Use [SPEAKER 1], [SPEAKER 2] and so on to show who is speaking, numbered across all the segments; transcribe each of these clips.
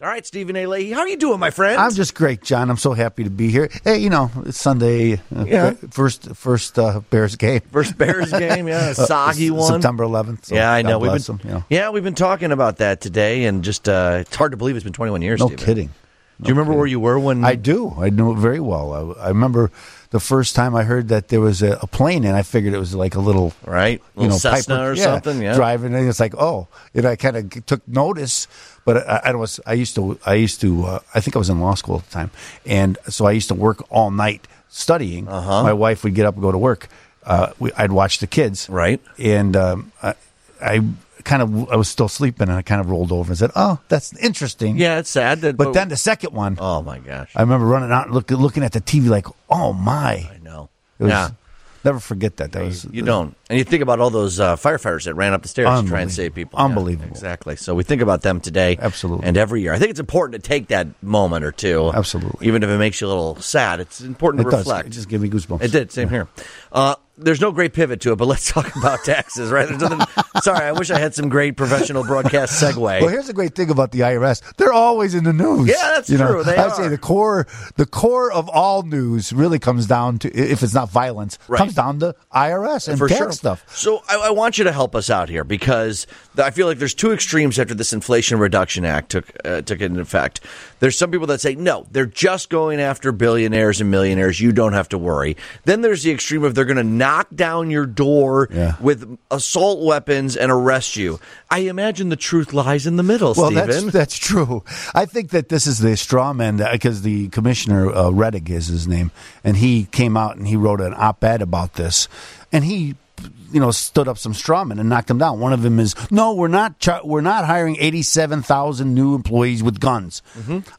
[SPEAKER 1] All right, Stephen A. Leahy, how are you doing, my friend?
[SPEAKER 2] I'm just great, John. I'm so happy to be here. Hey, you know, it's Sunday, uh,
[SPEAKER 1] Yeah.
[SPEAKER 2] first first uh, Bears game,
[SPEAKER 1] First Bears game, yeah, a
[SPEAKER 2] Uh,
[SPEAKER 1] soggy
[SPEAKER 2] S-
[SPEAKER 1] one.
[SPEAKER 2] September 11th. so
[SPEAKER 1] yeah, I
[SPEAKER 2] God
[SPEAKER 1] know. We've been,
[SPEAKER 2] bless them, you know.
[SPEAKER 1] Yeah, we've been talking about that today, and just uh, it's hard to believe it's been 21 years.
[SPEAKER 2] No
[SPEAKER 1] Stephen.
[SPEAKER 2] kidding.
[SPEAKER 1] Do you remember where you were when
[SPEAKER 2] I do. I know it very well. I, I remember the first time I heard that there was a, a plane, and I figured it was like a little
[SPEAKER 1] right?
[SPEAKER 2] you
[SPEAKER 1] Little
[SPEAKER 2] know,
[SPEAKER 1] Cessna
[SPEAKER 2] Piper-
[SPEAKER 1] or
[SPEAKER 2] yeah,
[SPEAKER 1] something. Yeah,
[SPEAKER 2] driving, and it's like, oh, and I kind of took notice, but I, I was, I used to, I used to, uh, I think I was in law school at the time, and so I used to work all night studying. Uh-huh. My wife would get up and go to work. Uh, we, I'd watch the kids,
[SPEAKER 1] Right.
[SPEAKER 2] and um, I, I kind of, I was still sleeping, and I kind of rolled over and said, oh, that's interesting.
[SPEAKER 1] yeah. It's sad that,
[SPEAKER 2] But, then the second one,
[SPEAKER 1] oh my gosh,
[SPEAKER 2] I remember running out, and look, looking at the TV, like, oh my,
[SPEAKER 1] I know.
[SPEAKER 2] it was,
[SPEAKER 1] yeah,
[SPEAKER 2] never forget that. That was
[SPEAKER 1] you don't. And you think about all those uh, firefighters that ran up the stairs to try and
[SPEAKER 2] Unbelievable.
[SPEAKER 1] save people.
[SPEAKER 2] Unbelievable.
[SPEAKER 1] exactly. So we think about them today.
[SPEAKER 2] Absolutely.
[SPEAKER 1] And every year. I think it's important to take that moment or two.
[SPEAKER 2] Absolutely.
[SPEAKER 1] Even if it makes you a little sad, it's important
[SPEAKER 2] It
[SPEAKER 1] to
[SPEAKER 2] does.
[SPEAKER 1] reflect.
[SPEAKER 2] It just gave me goosebumps.
[SPEAKER 1] It did. Same here. Uh, there's no great pivot to it, but let's talk about taxes, right? There's nothing, sorry, I wish I had some great professional broadcast segue.
[SPEAKER 2] Well, here's the great thing about the IRS: they're always in the news.
[SPEAKER 1] Yeah, that's true. They
[SPEAKER 2] I'd
[SPEAKER 1] are.
[SPEAKER 2] say the core, the core of all news, really comes down to if it's not violence,
[SPEAKER 1] Right.
[SPEAKER 2] comes down to IRS and
[SPEAKER 1] for
[SPEAKER 2] tax
[SPEAKER 1] sure.
[SPEAKER 2] stuff.
[SPEAKER 1] So I, I want you to help us out here because th- I feel like there's two extremes after this Inflation Reduction Act took uh, took into effect. There's some people that say no, they're just going after billionaires and millionaires. You don't have to worry. Then there's the extreme of they're going to knock down your door
[SPEAKER 2] Yeah.
[SPEAKER 1] with assault weapons and arrest you. I imagine the truth lies in the middle,
[SPEAKER 2] Well, that's
[SPEAKER 1] Stephen.
[SPEAKER 2] that's true. I think that this is the straw man because the commissioner uh, Reddick is his name, and he came out and he wrote an op-ed about this, and he. You know, stood up some straw men and knocked them down. One of them is no, we're not. Char- we're not hiring eighty-seven thousand new employees with guns.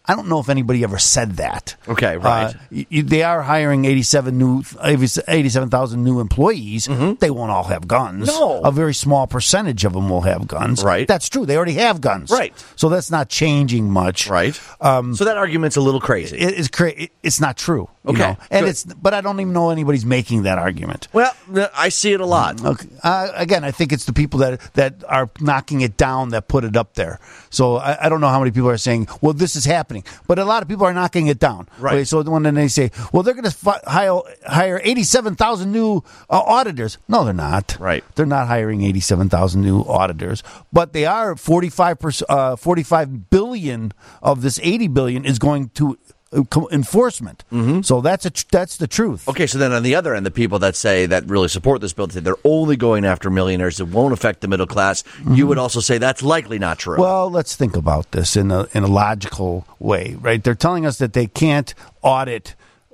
[SPEAKER 2] I don't know if anybody ever said that.
[SPEAKER 1] Mm-hmm. Okay, right.
[SPEAKER 2] Uh, y- y- they are hiring eighty-seven new, eighty-seven thousand new employees. They won't all have guns.
[SPEAKER 1] Mm-hmm. No.
[SPEAKER 2] a very small percentage of them will have guns.
[SPEAKER 1] Right.
[SPEAKER 2] that's true. They already have guns.
[SPEAKER 1] Right.
[SPEAKER 2] So that's not changing much.
[SPEAKER 1] right. so that argument's a little crazy.
[SPEAKER 2] Um, It is cra- it, it's not true. you
[SPEAKER 1] Okay,
[SPEAKER 2] know? And
[SPEAKER 1] good.
[SPEAKER 2] it's but I don't even know anybody's making that argument.
[SPEAKER 1] well, th- I see it a lot.
[SPEAKER 2] Okay. Uh, again, I think it's the people that that are knocking it down that put it up there. So I, I don't know how many people are saying, "Well, this is happening," but a lot of people are knocking it down.
[SPEAKER 1] Right.
[SPEAKER 2] Okay, so when they say, "Well, they're going to fi- hire hire eighty seven thousand new uh, auditors," no, they're not.
[SPEAKER 1] Right.
[SPEAKER 2] They're not hiring eighty seven thousand new auditors, but they are forty five percent. Forty five billion of this eighty billion is going to uh, co- enforcement.
[SPEAKER 1] Mm-hmm.
[SPEAKER 2] So that's a tr- that's the truth.
[SPEAKER 1] Okay, so then on the other end, the people that say that really support this bill, that they're only going after millionaires, it won't affect the middle class. You would also say that's likely not true.
[SPEAKER 2] Mm-hmm. Well, let's think about this in a in a logical way, right? They're telling us that they can't audit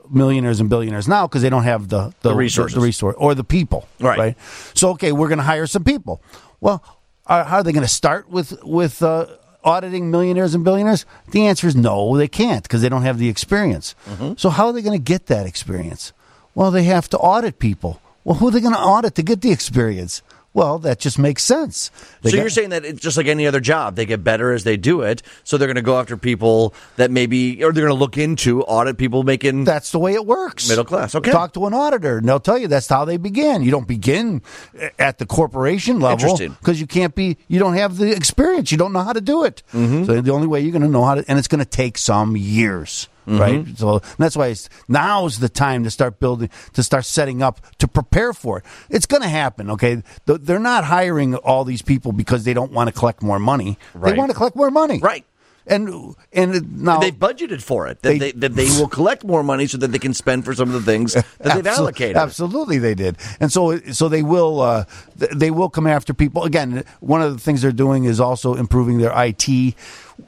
[SPEAKER 2] millionaires and billionaires now because they don't have the the,
[SPEAKER 1] resources.
[SPEAKER 2] the, resource or the people,
[SPEAKER 1] Right.
[SPEAKER 2] So okay, we're going to hire some people. Well, are, how are they going to start with with uh, auditing millionaires and billionaires? The answer is no, they can't because they don't have the experience.
[SPEAKER 1] Mm-hmm.
[SPEAKER 2] So how are they going to get that experience? Well, they have to audit people. Well, who are they going to audit to get the experience? Well, that just makes sense. They
[SPEAKER 1] so
[SPEAKER 2] got-
[SPEAKER 1] you're saying that it's just like any other job, they get better as they do it. So they're going to go after people that maybe, or they're going to look into audit people making.
[SPEAKER 2] That's the way it works.
[SPEAKER 1] Middle class, okay.
[SPEAKER 2] Talk to an auditor, and they'll tell you that's how they begin. You don't begin at the corporation level
[SPEAKER 1] Interesting.
[SPEAKER 2] because you can't be. You don't have the experience. You don't know how to do it.
[SPEAKER 1] Mm-hmm.
[SPEAKER 2] So the only way you're going to know how to, and it's going to take some years,
[SPEAKER 1] Mm-hmm.
[SPEAKER 2] right? So and that's why it's, now's the time to start building, to start setting up, to prepare for it. It's going to happen. Okay, Th- they're not hiring all these people because they don't want to collect more money.
[SPEAKER 1] Right.
[SPEAKER 2] They want to collect more money,
[SPEAKER 1] Right.
[SPEAKER 2] And and now
[SPEAKER 1] They've budgeted for it. That they,
[SPEAKER 2] They-
[SPEAKER 1] that they will collect more money so that they can spend for some of the things that they've
[SPEAKER 2] Absol-
[SPEAKER 1] allocated.
[SPEAKER 2] Absolutely, they did, and so so they will uh, th- they will come after people again. One of the things they're doing is also improving their IT.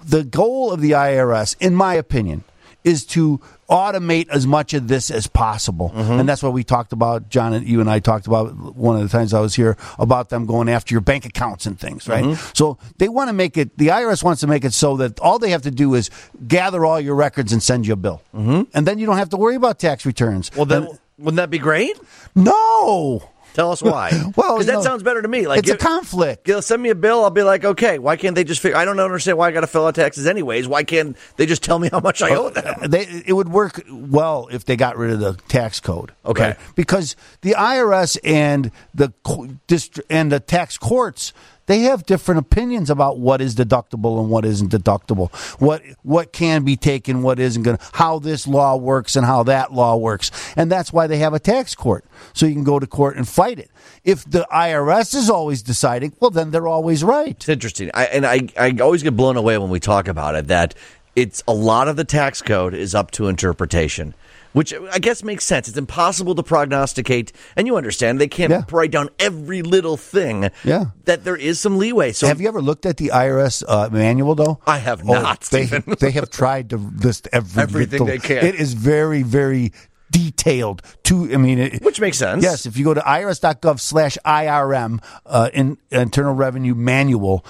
[SPEAKER 2] The goal of the IRS, in my opinion, is to automate as much of this as possible,
[SPEAKER 1] Mm-hmm.
[SPEAKER 2] and that's what we talked about. John and you and I talked about one of the times I was here about them going after your bank accounts and things, right?
[SPEAKER 1] Mm-hmm.
[SPEAKER 2] So they want to make it. The IRS wants to make it so that all they have to do is gather all your records and send you a bill, mm-hmm. and then you don't have to worry about tax returns.
[SPEAKER 1] Well, then,
[SPEAKER 2] And-
[SPEAKER 1] wouldn't that be great?
[SPEAKER 2] no.
[SPEAKER 1] Tell us why.
[SPEAKER 2] Well,
[SPEAKER 1] because
[SPEAKER 2] you
[SPEAKER 1] that
[SPEAKER 2] know,
[SPEAKER 1] sounds better to me. Like
[SPEAKER 2] it's a
[SPEAKER 1] give-
[SPEAKER 2] conflict.
[SPEAKER 1] They'll send me a bill. I'll be like, okay, why can't they just figure? I don't understand why I got to fill out taxes anyways. Why can't they just tell me how much I owe them?
[SPEAKER 2] Uh, They, it would work well if they got rid of the tax code.
[SPEAKER 1] Okay.
[SPEAKER 2] right? Because the IRS and the co- dist- and the tax courts They have different opinions about what is deductible and what isn't deductible. What what can be taken, what isn't going to how this law works and how that law works. And that's why they have a tax court. So you can go to court and fight it. If the IRS is always deciding, well then they're always right.
[SPEAKER 1] It's interesting. I, and I, I always get blown away when we talk about it that it's a lot of the tax code is up to interpretation, which I guess makes sense. It's impossible to prognosticate, and you understand they can't
[SPEAKER 2] Yeah.
[SPEAKER 1] write down every little thing.
[SPEAKER 2] Yeah.
[SPEAKER 1] that there is some leeway. So
[SPEAKER 2] Have you ever looked at the IRS uh, manual, though? Oh,
[SPEAKER 1] I have not,
[SPEAKER 2] They,
[SPEAKER 1] Stephen.
[SPEAKER 2] they have tried to list every
[SPEAKER 1] Everything
[SPEAKER 2] little-
[SPEAKER 1] they can.
[SPEAKER 2] It is very, very detailed. To I mean, it,
[SPEAKER 1] Which makes sense.
[SPEAKER 2] Yes, if you go to irs.gov slash IRM, uh, in, Internal Revenue Manual,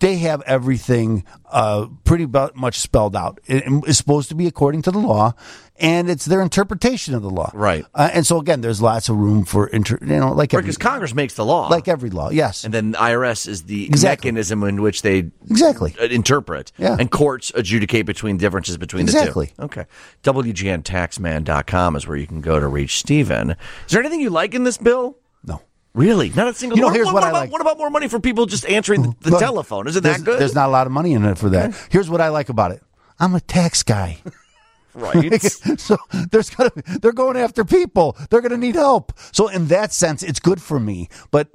[SPEAKER 2] they have everything uh, pretty bu- much spelled out. It- it's supposed to be according to the law, and it's their interpretation of the law.
[SPEAKER 1] Right.
[SPEAKER 2] Uh, and so, again, there's lots of room for, inter- you know, like every,
[SPEAKER 1] because Congress makes the law,
[SPEAKER 2] like every law. Yes,
[SPEAKER 1] and then the IRS is the
[SPEAKER 2] Exactly.
[SPEAKER 1] mechanism in which they uh,
[SPEAKER 2] exactly.
[SPEAKER 1] interpret.
[SPEAKER 2] Yeah.
[SPEAKER 1] And courts adjudicate between differences between
[SPEAKER 2] Exactly.
[SPEAKER 1] the two. Okay. WGNtaxman.com is where you can go to reach Steven. Is there anything you like in this bill?
[SPEAKER 2] No.
[SPEAKER 1] Really? Not a single
[SPEAKER 2] You know,
[SPEAKER 1] what-
[SPEAKER 2] here's
[SPEAKER 1] what,
[SPEAKER 2] what I
[SPEAKER 1] about,
[SPEAKER 2] like.
[SPEAKER 1] what about more money for people just answering the, the
[SPEAKER 2] Look,
[SPEAKER 1] telephone? Isn't
[SPEAKER 2] there's,
[SPEAKER 1] that good?
[SPEAKER 2] There's not a lot of money in it for that. Here's what I like about it. I'm a tax guy.
[SPEAKER 1] right.
[SPEAKER 2] so there's gonna be, they're going after people. They're gonna need help. So in that sense, it's good for me. But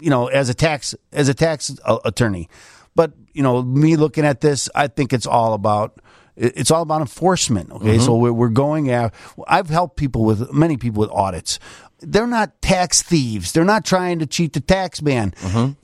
[SPEAKER 2] you know, as a tax as a tax uh, attorney, but you know, me looking at this, I think it's all about it- it's all about enforcement. Okay, so we're, we're going out. I've helped people with many people with audits. They're not tax thieves. They're not trying to cheat the tax man.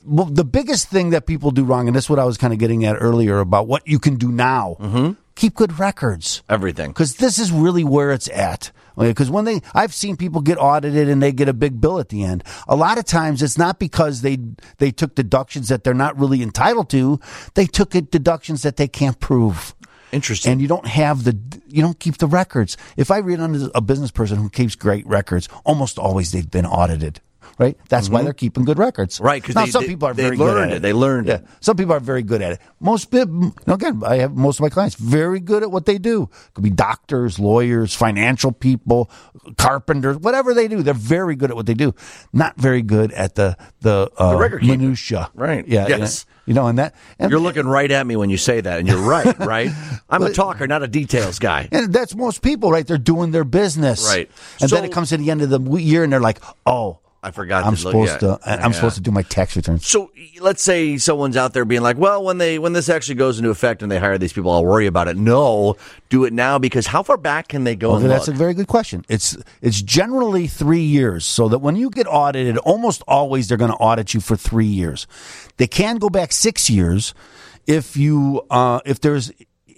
[SPEAKER 2] Well, the biggest thing that people do wrong, and that's what I was kind of getting at earlier about what you can do now. Keep good records
[SPEAKER 1] Everything.
[SPEAKER 2] because this is really where it's at. Because when they, I've seen people get audited and they get a big bill at the end. A lot of times, it's not because they they took deductions that they're not really entitled to. They took it deductions that they can't prove.
[SPEAKER 1] Interesting.
[SPEAKER 2] And you don't have the, you don't keep the records. If I read under a business person who keeps great records, almost always they've been audited, right? That's why they're keeping good records,
[SPEAKER 1] Mm-hmm. Right, 'cause
[SPEAKER 2] Now,
[SPEAKER 1] they-
[SPEAKER 2] some
[SPEAKER 1] they-
[SPEAKER 2] people are
[SPEAKER 1] they
[SPEAKER 2] very good
[SPEAKER 1] learned
[SPEAKER 2] at
[SPEAKER 1] it. They learned
[SPEAKER 2] Yeah.
[SPEAKER 1] it.
[SPEAKER 2] Some people are very good at it. Most bit- you know, again, I have most of my clients very good at what they do. Could be doctors, lawyers, financial people, carpenters, whatever they do. They're very good at what they do. Not very good at the the, uh,
[SPEAKER 1] record keeping.
[SPEAKER 2] minutia.
[SPEAKER 1] Right.
[SPEAKER 2] Yeah. and-
[SPEAKER 1] Yes.
[SPEAKER 2] you know, and that and
[SPEAKER 1] You're looking right at me when you say that, and you're right, right? I'm a talker, not a details guy.
[SPEAKER 2] And that's most people, right? They're doing their business,
[SPEAKER 1] Right.
[SPEAKER 2] And
[SPEAKER 1] So-
[SPEAKER 2] then it comes to the end of the w- year, and they're like, "Oh,
[SPEAKER 1] I forgot
[SPEAKER 2] I'm
[SPEAKER 1] to look-
[SPEAKER 2] supposed
[SPEAKER 1] yeah.
[SPEAKER 2] to. I-
[SPEAKER 1] Yeah.
[SPEAKER 2] I'm supposed to do my tax returns."
[SPEAKER 1] So let's say someone's out there being like, "Well, when they when this actually goes into effect and they hire these people, I'll worry about it." No, do it now because how far back can they go?
[SPEAKER 2] Okay,
[SPEAKER 1] and
[SPEAKER 2] that's a
[SPEAKER 1] look?
[SPEAKER 2] very good question. It's it's generally three years, so that when you get audited, almost always they're going to audit you for three years. They can go back six years if you uh, if there's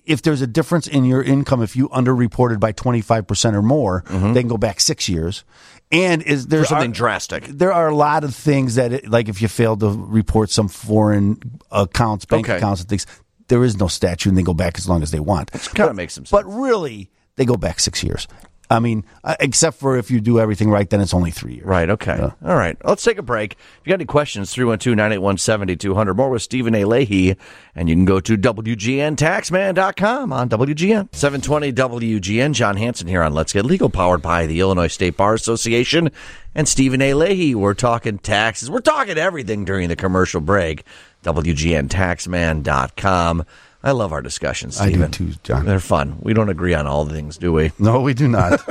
[SPEAKER 2] if there's a difference in your income if you underreported by twenty five percent or more, they can go back six years. And is there
[SPEAKER 1] Mm-hmm. something
[SPEAKER 2] are-
[SPEAKER 1] drastic.
[SPEAKER 2] there are a lot of things that, it, like, if you fail to report some foreign accounts, bank
[SPEAKER 1] Okay.
[SPEAKER 2] accounts, and things, there is no statute, and they go back as long as they want.
[SPEAKER 1] Kind of makes some sense.
[SPEAKER 2] But really, they go back six years. I mean, uh, except for if you do everything right, then it's only three years.
[SPEAKER 1] Right. Okay. All right. Let's take a break. If you got any questions, 312 981 7200. More with Stephen A. Leahy. And you can go to WGNTaxman.com on WGN. 720 WGN. John Hanson here on Let's Get Legal, powered by the Illinois State Bar Association and Stephen A. Leahy. We're talking taxes. We're talking everything during the commercial break. WGNTaxman.com. I love our discussions,
[SPEAKER 2] I do
[SPEAKER 1] Stephen.
[SPEAKER 2] too, John.
[SPEAKER 1] They're fun. We don't agree on all the things, do we?
[SPEAKER 2] No, we do not.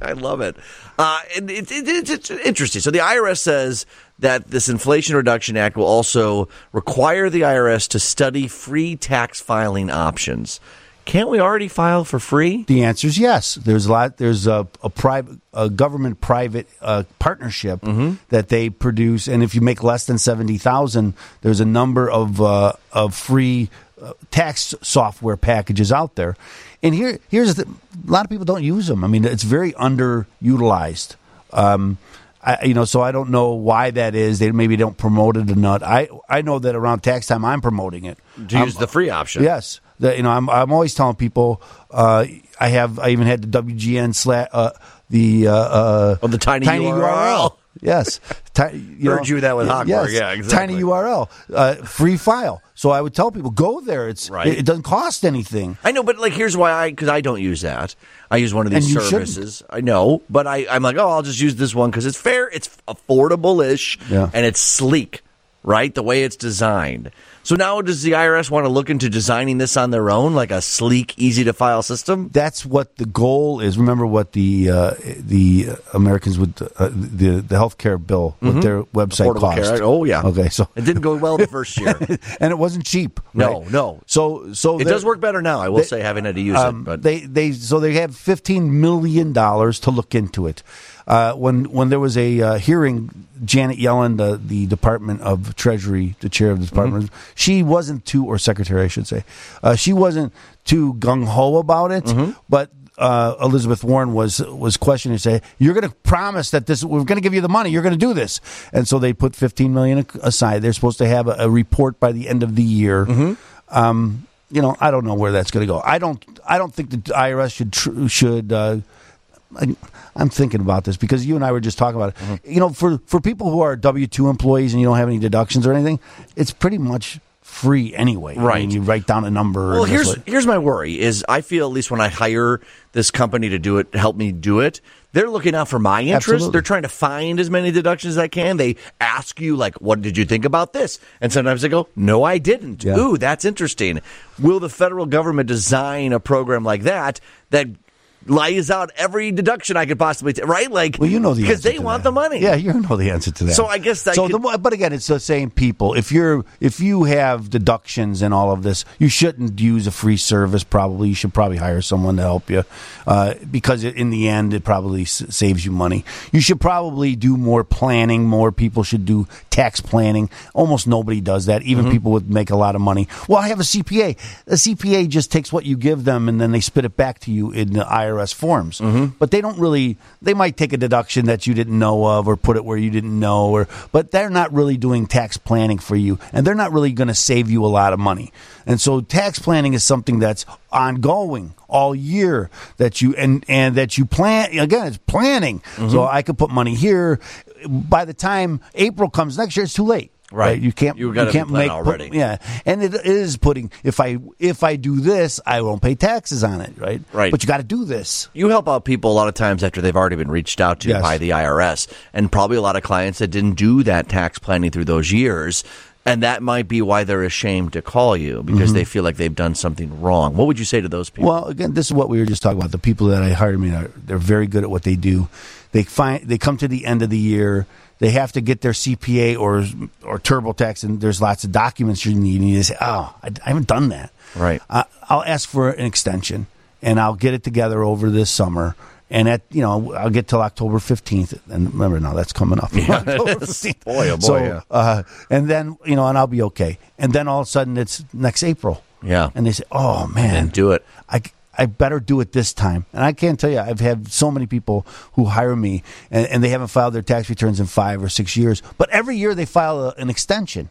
[SPEAKER 1] I love it. Uh, and it, it, it's it's interesting. So the IRS says that this Inflation Reduction Act will also require the IRS to study free tax filing options. Can't we already file for free?
[SPEAKER 2] the answer is yes. There's a lot. There's a, a private, a government private uh, partnership that they produce, and if you make less than seventy thousand, there's a number of uh, of free uh, tax software packages out there. And here, here's the, a lot of people don't use them. I mean, it's very underutilized. Um, I, you know, so I don't know why that is. They maybe don't promote it enough. I I know that around tax time, I'm promoting it.
[SPEAKER 1] To use the free option.
[SPEAKER 2] Yes, That, you know, I'm I'm always telling people. Uh, I have I even had the WGN slat uh, the uh, uh,
[SPEAKER 1] Oh, the tiny URL.
[SPEAKER 2] Yes, Ti- you
[SPEAKER 1] Heard you that with Hochberg. Yeah, exactly.
[SPEAKER 2] Tiny URL, uh, free file. So I would tell people go there. It's
[SPEAKER 1] Right.
[SPEAKER 2] it, it doesn't cost anything.
[SPEAKER 1] I know, but like, here's why I because I don't use that. I use one of these
[SPEAKER 2] And you shouldn't.
[SPEAKER 1] services. I know, but I, I'm like, oh, I'll just use this one because it's fair, it's affordable ish,
[SPEAKER 2] Yeah.
[SPEAKER 1] and it's sleek. right? The way it's designed. So now does the IRS want to look into designing this on their own, like a sleek, easy to file system?
[SPEAKER 2] That's what the goal is. Remember what the uh, the Americans with the uh, the, the health care bill, what their website
[SPEAKER 1] Mm-hmm. Affordable
[SPEAKER 2] cost.
[SPEAKER 1] Care Act. Oh, yeah.
[SPEAKER 2] Okay, so
[SPEAKER 1] It didn't go well the first year.
[SPEAKER 2] and it wasn't cheap.
[SPEAKER 1] No,
[SPEAKER 2] right?
[SPEAKER 1] no.
[SPEAKER 2] So so
[SPEAKER 1] It
[SPEAKER 2] there-
[SPEAKER 1] does work better now, I will
[SPEAKER 2] They-
[SPEAKER 1] say, having had to use
[SPEAKER 2] um,
[SPEAKER 1] it. But
[SPEAKER 2] they they so they have fifteen million dollars to look into it. Uh, when when there was a uh, hearing, Janet Yellen, the the Department of Treasury, the chair of the department, she wasn't too or secretary, I should say, uh, she wasn't too gung ho about it, but. Uh, Elizabeth Warren was was questioning, say, "You're going to promise that this we're going to give you the money. You're going to do this," and so they put 15 million aside. They're supposed to have a, a report by the end of the year um, you know, I don't know where that's going to go. I don't. I don't think the IRS should tr- should. Uh, I, I'm thinking about this because you and I were just talking about it.
[SPEAKER 1] Mm-hmm.
[SPEAKER 2] You know, for for people who are W two employees and you don't have any deductions or anything, it's pretty much free anyway. I mean,
[SPEAKER 1] Right.
[SPEAKER 2] you write down a number.
[SPEAKER 1] Well,
[SPEAKER 2] and
[SPEAKER 1] here's
[SPEAKER 2] that's what-
[SPEAKER 1] here's my worry is I feel at least when I hire this company to do it, help me do it, they're looking out for my interest.
[SPEAKER 2] Absolutely.
[SPEAKER 1] They're trying to find as many deductions as I can. They ask you like, "What did you think about this?" And sometimes they go, "No, I didn't."
[SPEAKER 2] Yeah.
[SPEAKER 1] Ooh, that's interesting. Will the federal government design a program like that that lays out every deduction I could possibly t- right? Like,
[SPEAKER 2] Well, you know the
[SPEAKER 1] because
[SPEAKER 2] answer
[SPEAKER 1] they
[SPEAKER 2] to
[SPEAKER 1] want
[SPEAKER 2] that.
[SPEAKER 1] the money.
[SPEAKER 2] Yeah, you know the answer to that.
[SPEAKER 1] So I guess that
[SPEAKER 2] so.
[SPEAKER 1] could-
[SPEAKER 2] the mo- but again, it's the same people. If you're if you have deductions and all of this, you shouldn't use a free service. Probably you should probably hire someone to help you uh, because in the end, it probably s- saves you money. You should probably do more planning. More people should do tax planning. Almost nobody does that. Even
[SPEAKER 1] Mm-hmm.
[SPEAKER 2] people would make a lot of money. Well, I have a CPA. A CPA just takes what you give them and then they spit it back to you in the IRS forms.
[SPEAKER 1] Mm-hmm.
[SPEAKER 2] But they don't really. They might take a deduction that you didn't know of or put it where you didn't know, or but they're not really doing tax planning for you, and they're not really going to save you a lot of money. And so, tax planning is something that's ongoing all year that you and and that you plan again. It's planning.
[SPEAKER 1] Mm-hmm.
[SPEAKER 2] So I could put money here. By the time April comes next year, it's too late.
[SPEAKER 1] Right.
[SPEAKER 2] You can't.
[SPEAKER 1] You
[SPEAKER 2] You,
[SPEAKER 1] gotta be
[SPEAKER 2] can't
[SPEAKER 1] planning
[SPEAKER 2] make.
[SPEAKER 1] already.
[SPEAKER 2] yeah, and it is putting. If I if I do this, I won't pay taxes on it. Right.
[SPEAKER 1] Right.
[SPEAKER 2] But you got to do this.
[SPEAKER 1] you help out people a lot of times after they've already been reached out to
[SPEAKER 2] Yes.
[SPEAKER 1] by the IRS, and probably a lot of clients that didn't do that tax planning through those years. And that might be why they're ashamed to call you because
[SPEAKER 2] Mm-hmm.
[SPEAKER 1] they feel like they've done something wrong. What would you say to those people?
[SPEAKER 2] Well, again, this is what we were just talking about. The people that I hired, I mean, are, they're very good at what they do. They find they come to the end of the year. They have to get their CPA or or TurboTax, and there's lots of documents you need. And you say, "Oh, I, I haven't done that."
[SPEAKER 1] Right.
[SPEAKER 2] I, I'll ask for an extension, and I'll get it together over this summer. And at you know, I'll get till October fifteenth. And remember, now that's coming up. October 15th.
[SPEAKER 1] Boy, oh boy,
[SPEAKER 2] So,
[SPEAKER 1] yeah.
[SPEAKER 2] uh, and then you know, and I'll be okay. And then all of a sudden, it's next April.
[SPEAKER 1] Yeah.
[SPEAKER 2] And they say, "Oh man,
[SPEAKER 1] And do it.
[SPEAKER 2] I, I better do it this time. And I can't tell you, I've had so many people who hire me and, and they haven't filed their tax returns in five or six years, but every year they file a, an extension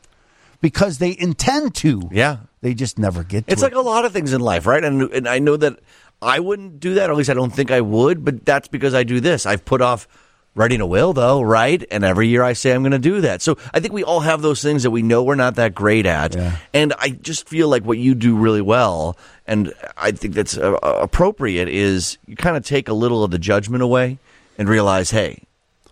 [SPEAKER 2] because they intend to.
[SPEAKER 1] Yeah.
[SPEAKER 2] They just never get to
[SPEAKER 1] It's
[SPEAKER 2] it.
[SPEAKER 1] like a lot of things in life, right? And and I know that I wouldn't do that. At least I don't think I would. But that's because I do this. I've put off writing a will, though, right? And every year I say I'm going to do that. So I think we all have those things that we know we're not that great at.
[SPEAKER 2] Yeah.
[SPEAKER 1] And I just feel like what you do really well, and I think that's uh, appropriate, is you kind of take a little of the judgment away and realize, hey,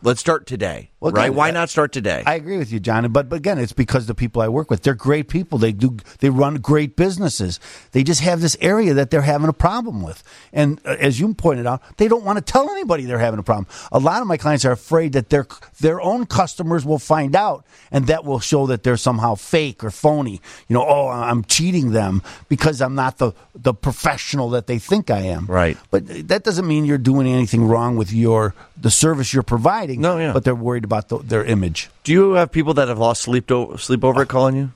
[SPEAKER 1] let's start today,
[SPEAKER 2] Well,
[SPEAKER 1] right?
[SPEAKER 2] again,
[SPEAKER 1] Why
[SPEAKER 2] I-
[SPEAKER 1] not start today?
[SPEAKER 2] I agree with you, John. But, but again, it's because the people I work with, they're great people. They do, they run great businesses. They just have this area that they're having a problem with. And uh, as you pointed out, they don't want to tell anybody they're having a problem. A lot of my clients are afraid that their, their own customers will find out and that will show that they're somehow fake or phony. You know, oh, I'm cheating them because I'm not the, the professional that they think I am.
[SPEAKER 1] Right.
[SPEAKER 2] But that doesn't mean you're doing anything wrong with your, the service you're providing.
[SPEAKER 1] No, yeah.
[SPEAKER 2] But they're worried about the, their image.
[SPEAKER 1] do you have people that have lost sleep to, sleep over it calling you?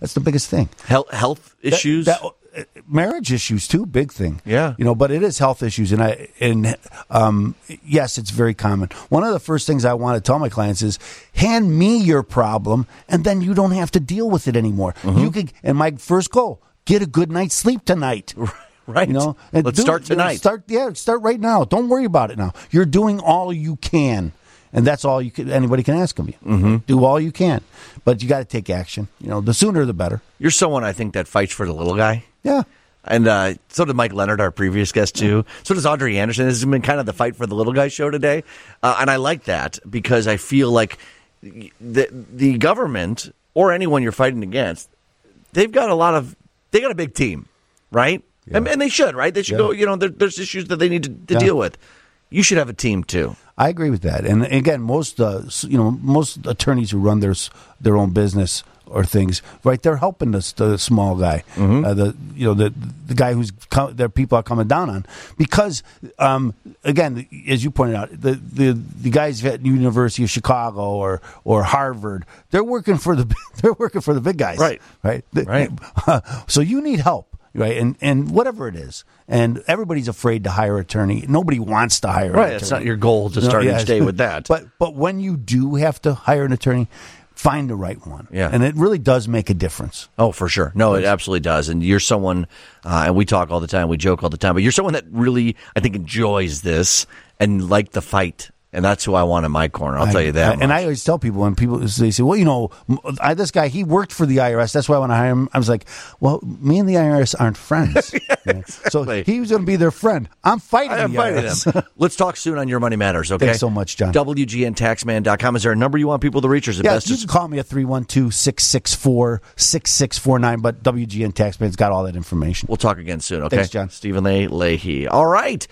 [SPEAKER 2] That's the biggest thing.
[SPEAKER 1] Health, health
[SPEAKER 2] Oh. That-
[SPEAKER 1] issues?
[SPEAKER 2] that- uh, marriage issues too, big thing.
[SPEAKER 1] Yeah.
[SPEAKER 2] you know, but it is health issues, and I and um, yes, it's very common. One of the first things I want to tell my clients is, hand me your problem, and then you don't have to deal with it anymore.
[SPEAKER 1] Mm-hmm.
[SPEAKER 2] You could, and my first goal, get a good night's sleep tonight.
[SPEAKER 1] Right.
[SPEAKER 2] You know, and
[SPEAKER 1] Let's
[SPEAKER 2] do-
[SPEAKER 1] start
[SPEAKER 2] you know,
[SPEAKER 1] tonight.
[SPEAKER 2] start, yeah, start right now. Don't worry about it now. You're doing all you can, and that's all you can, anybody can ask of you. Mm-hmm. Do all you can, but you got to take action. You know, the sooner the better.
[SPEAKER 1] You're someone I think that fights for the little guy.
[SPEAKER 2] Yeah.
[SPEAKER 1] And uh, so did Mike Leonard, our previous guest, too. So does Audrey Anderson. This has been kind of the fight for the little guy show today. Uh, and I like that because I feel like the, the government or anyone you're fighting against, they've got a lot of they got a big team, right? And, and they should, right? They should
[SPEAKER 2] Yeah.
[SPEAKER 1] go. You know, there, there's issues that they need to, to
[SPEAKER 2] Yeah.
[SPEAKER 1] deal with. You should have a team too.
[SPEAKER 2] I agree with that. And again, most uh, s- you know most attorneys who run their s- their own business or things, right? They're helping the, s- the small guy,
[SPEAKER 1] Mm-hmm.
[SPEAKER 2] uh, the you know the the guy who's co- their people are coming down on because um, again, as you pointed out, the the, the guys at University of Chicago or or Harvard, they're working for the they're working for the big guys,
[SPEAKER 1] Right.
[SPEAKER 2] Right, The-
[SPEAKER 1] Right.
[SPEAKER 2] so you need help, right? And and whatever it is, and everybody's afraid to hire an attorney. Nobody wants to hire an
[SPEAKER 1] Right, it's
[SPEAKER 2] attorney.
[SPEAKER 1] not your goal to
[SPEAKER 2] No,
[SPEAKER 1] start
[SPEAKER 2] yeah.
[SPEAKER 1] each day with that.
[SPEAKER 2] But but when you do have to hire an attorney, find the right one.
[SPEAKER 1] Yeah.
[SPEAKER 2] and it really does make a difference.
[SPEAKER 1] Oh, for sure. No, it absolutely does. And you're someone, uh, and we talk all the time, we joke all the time, but you're someone that really, I think, enjoys this and like the fight. And that's who I want in my corner. I'll tell you that.
[SPEAKER 2] and I always tell people when people they say, "Well, you know, m- I, this guy he worked for the IRS. That's why I want to hire him." I was like, "Well, me and the IRS aren't friends. You know? So he was going to be their friend. I'm fighting.
[SPEAKER 1] I'm
[SPEAKER 2] the
[SPEAKER 1] fighting
[SPEAKER 2] IRS.
[SPEAKER 1] them. Let's talk soon on Your Money Matters, okay?
[SPEAKER 2] Thanks so much, John.
[SPEAKER 1] WGNTaxman.com. Is there a number you want people to reach or is it
[SPEAKER 2] Yeah,
[SPEAKER 1] best
[SPEAKER 2] you
[SPEAKER 1] to
[SPEAKER 2] can call me at 312-664-6649, but WGN Taxman's got all that information.
[SPEAKER 1] We'll talk again soon, okay?
[SPEAKER 2] Thanks, John.
[SPEAKER 1] Stephen Lay Leahy. All right.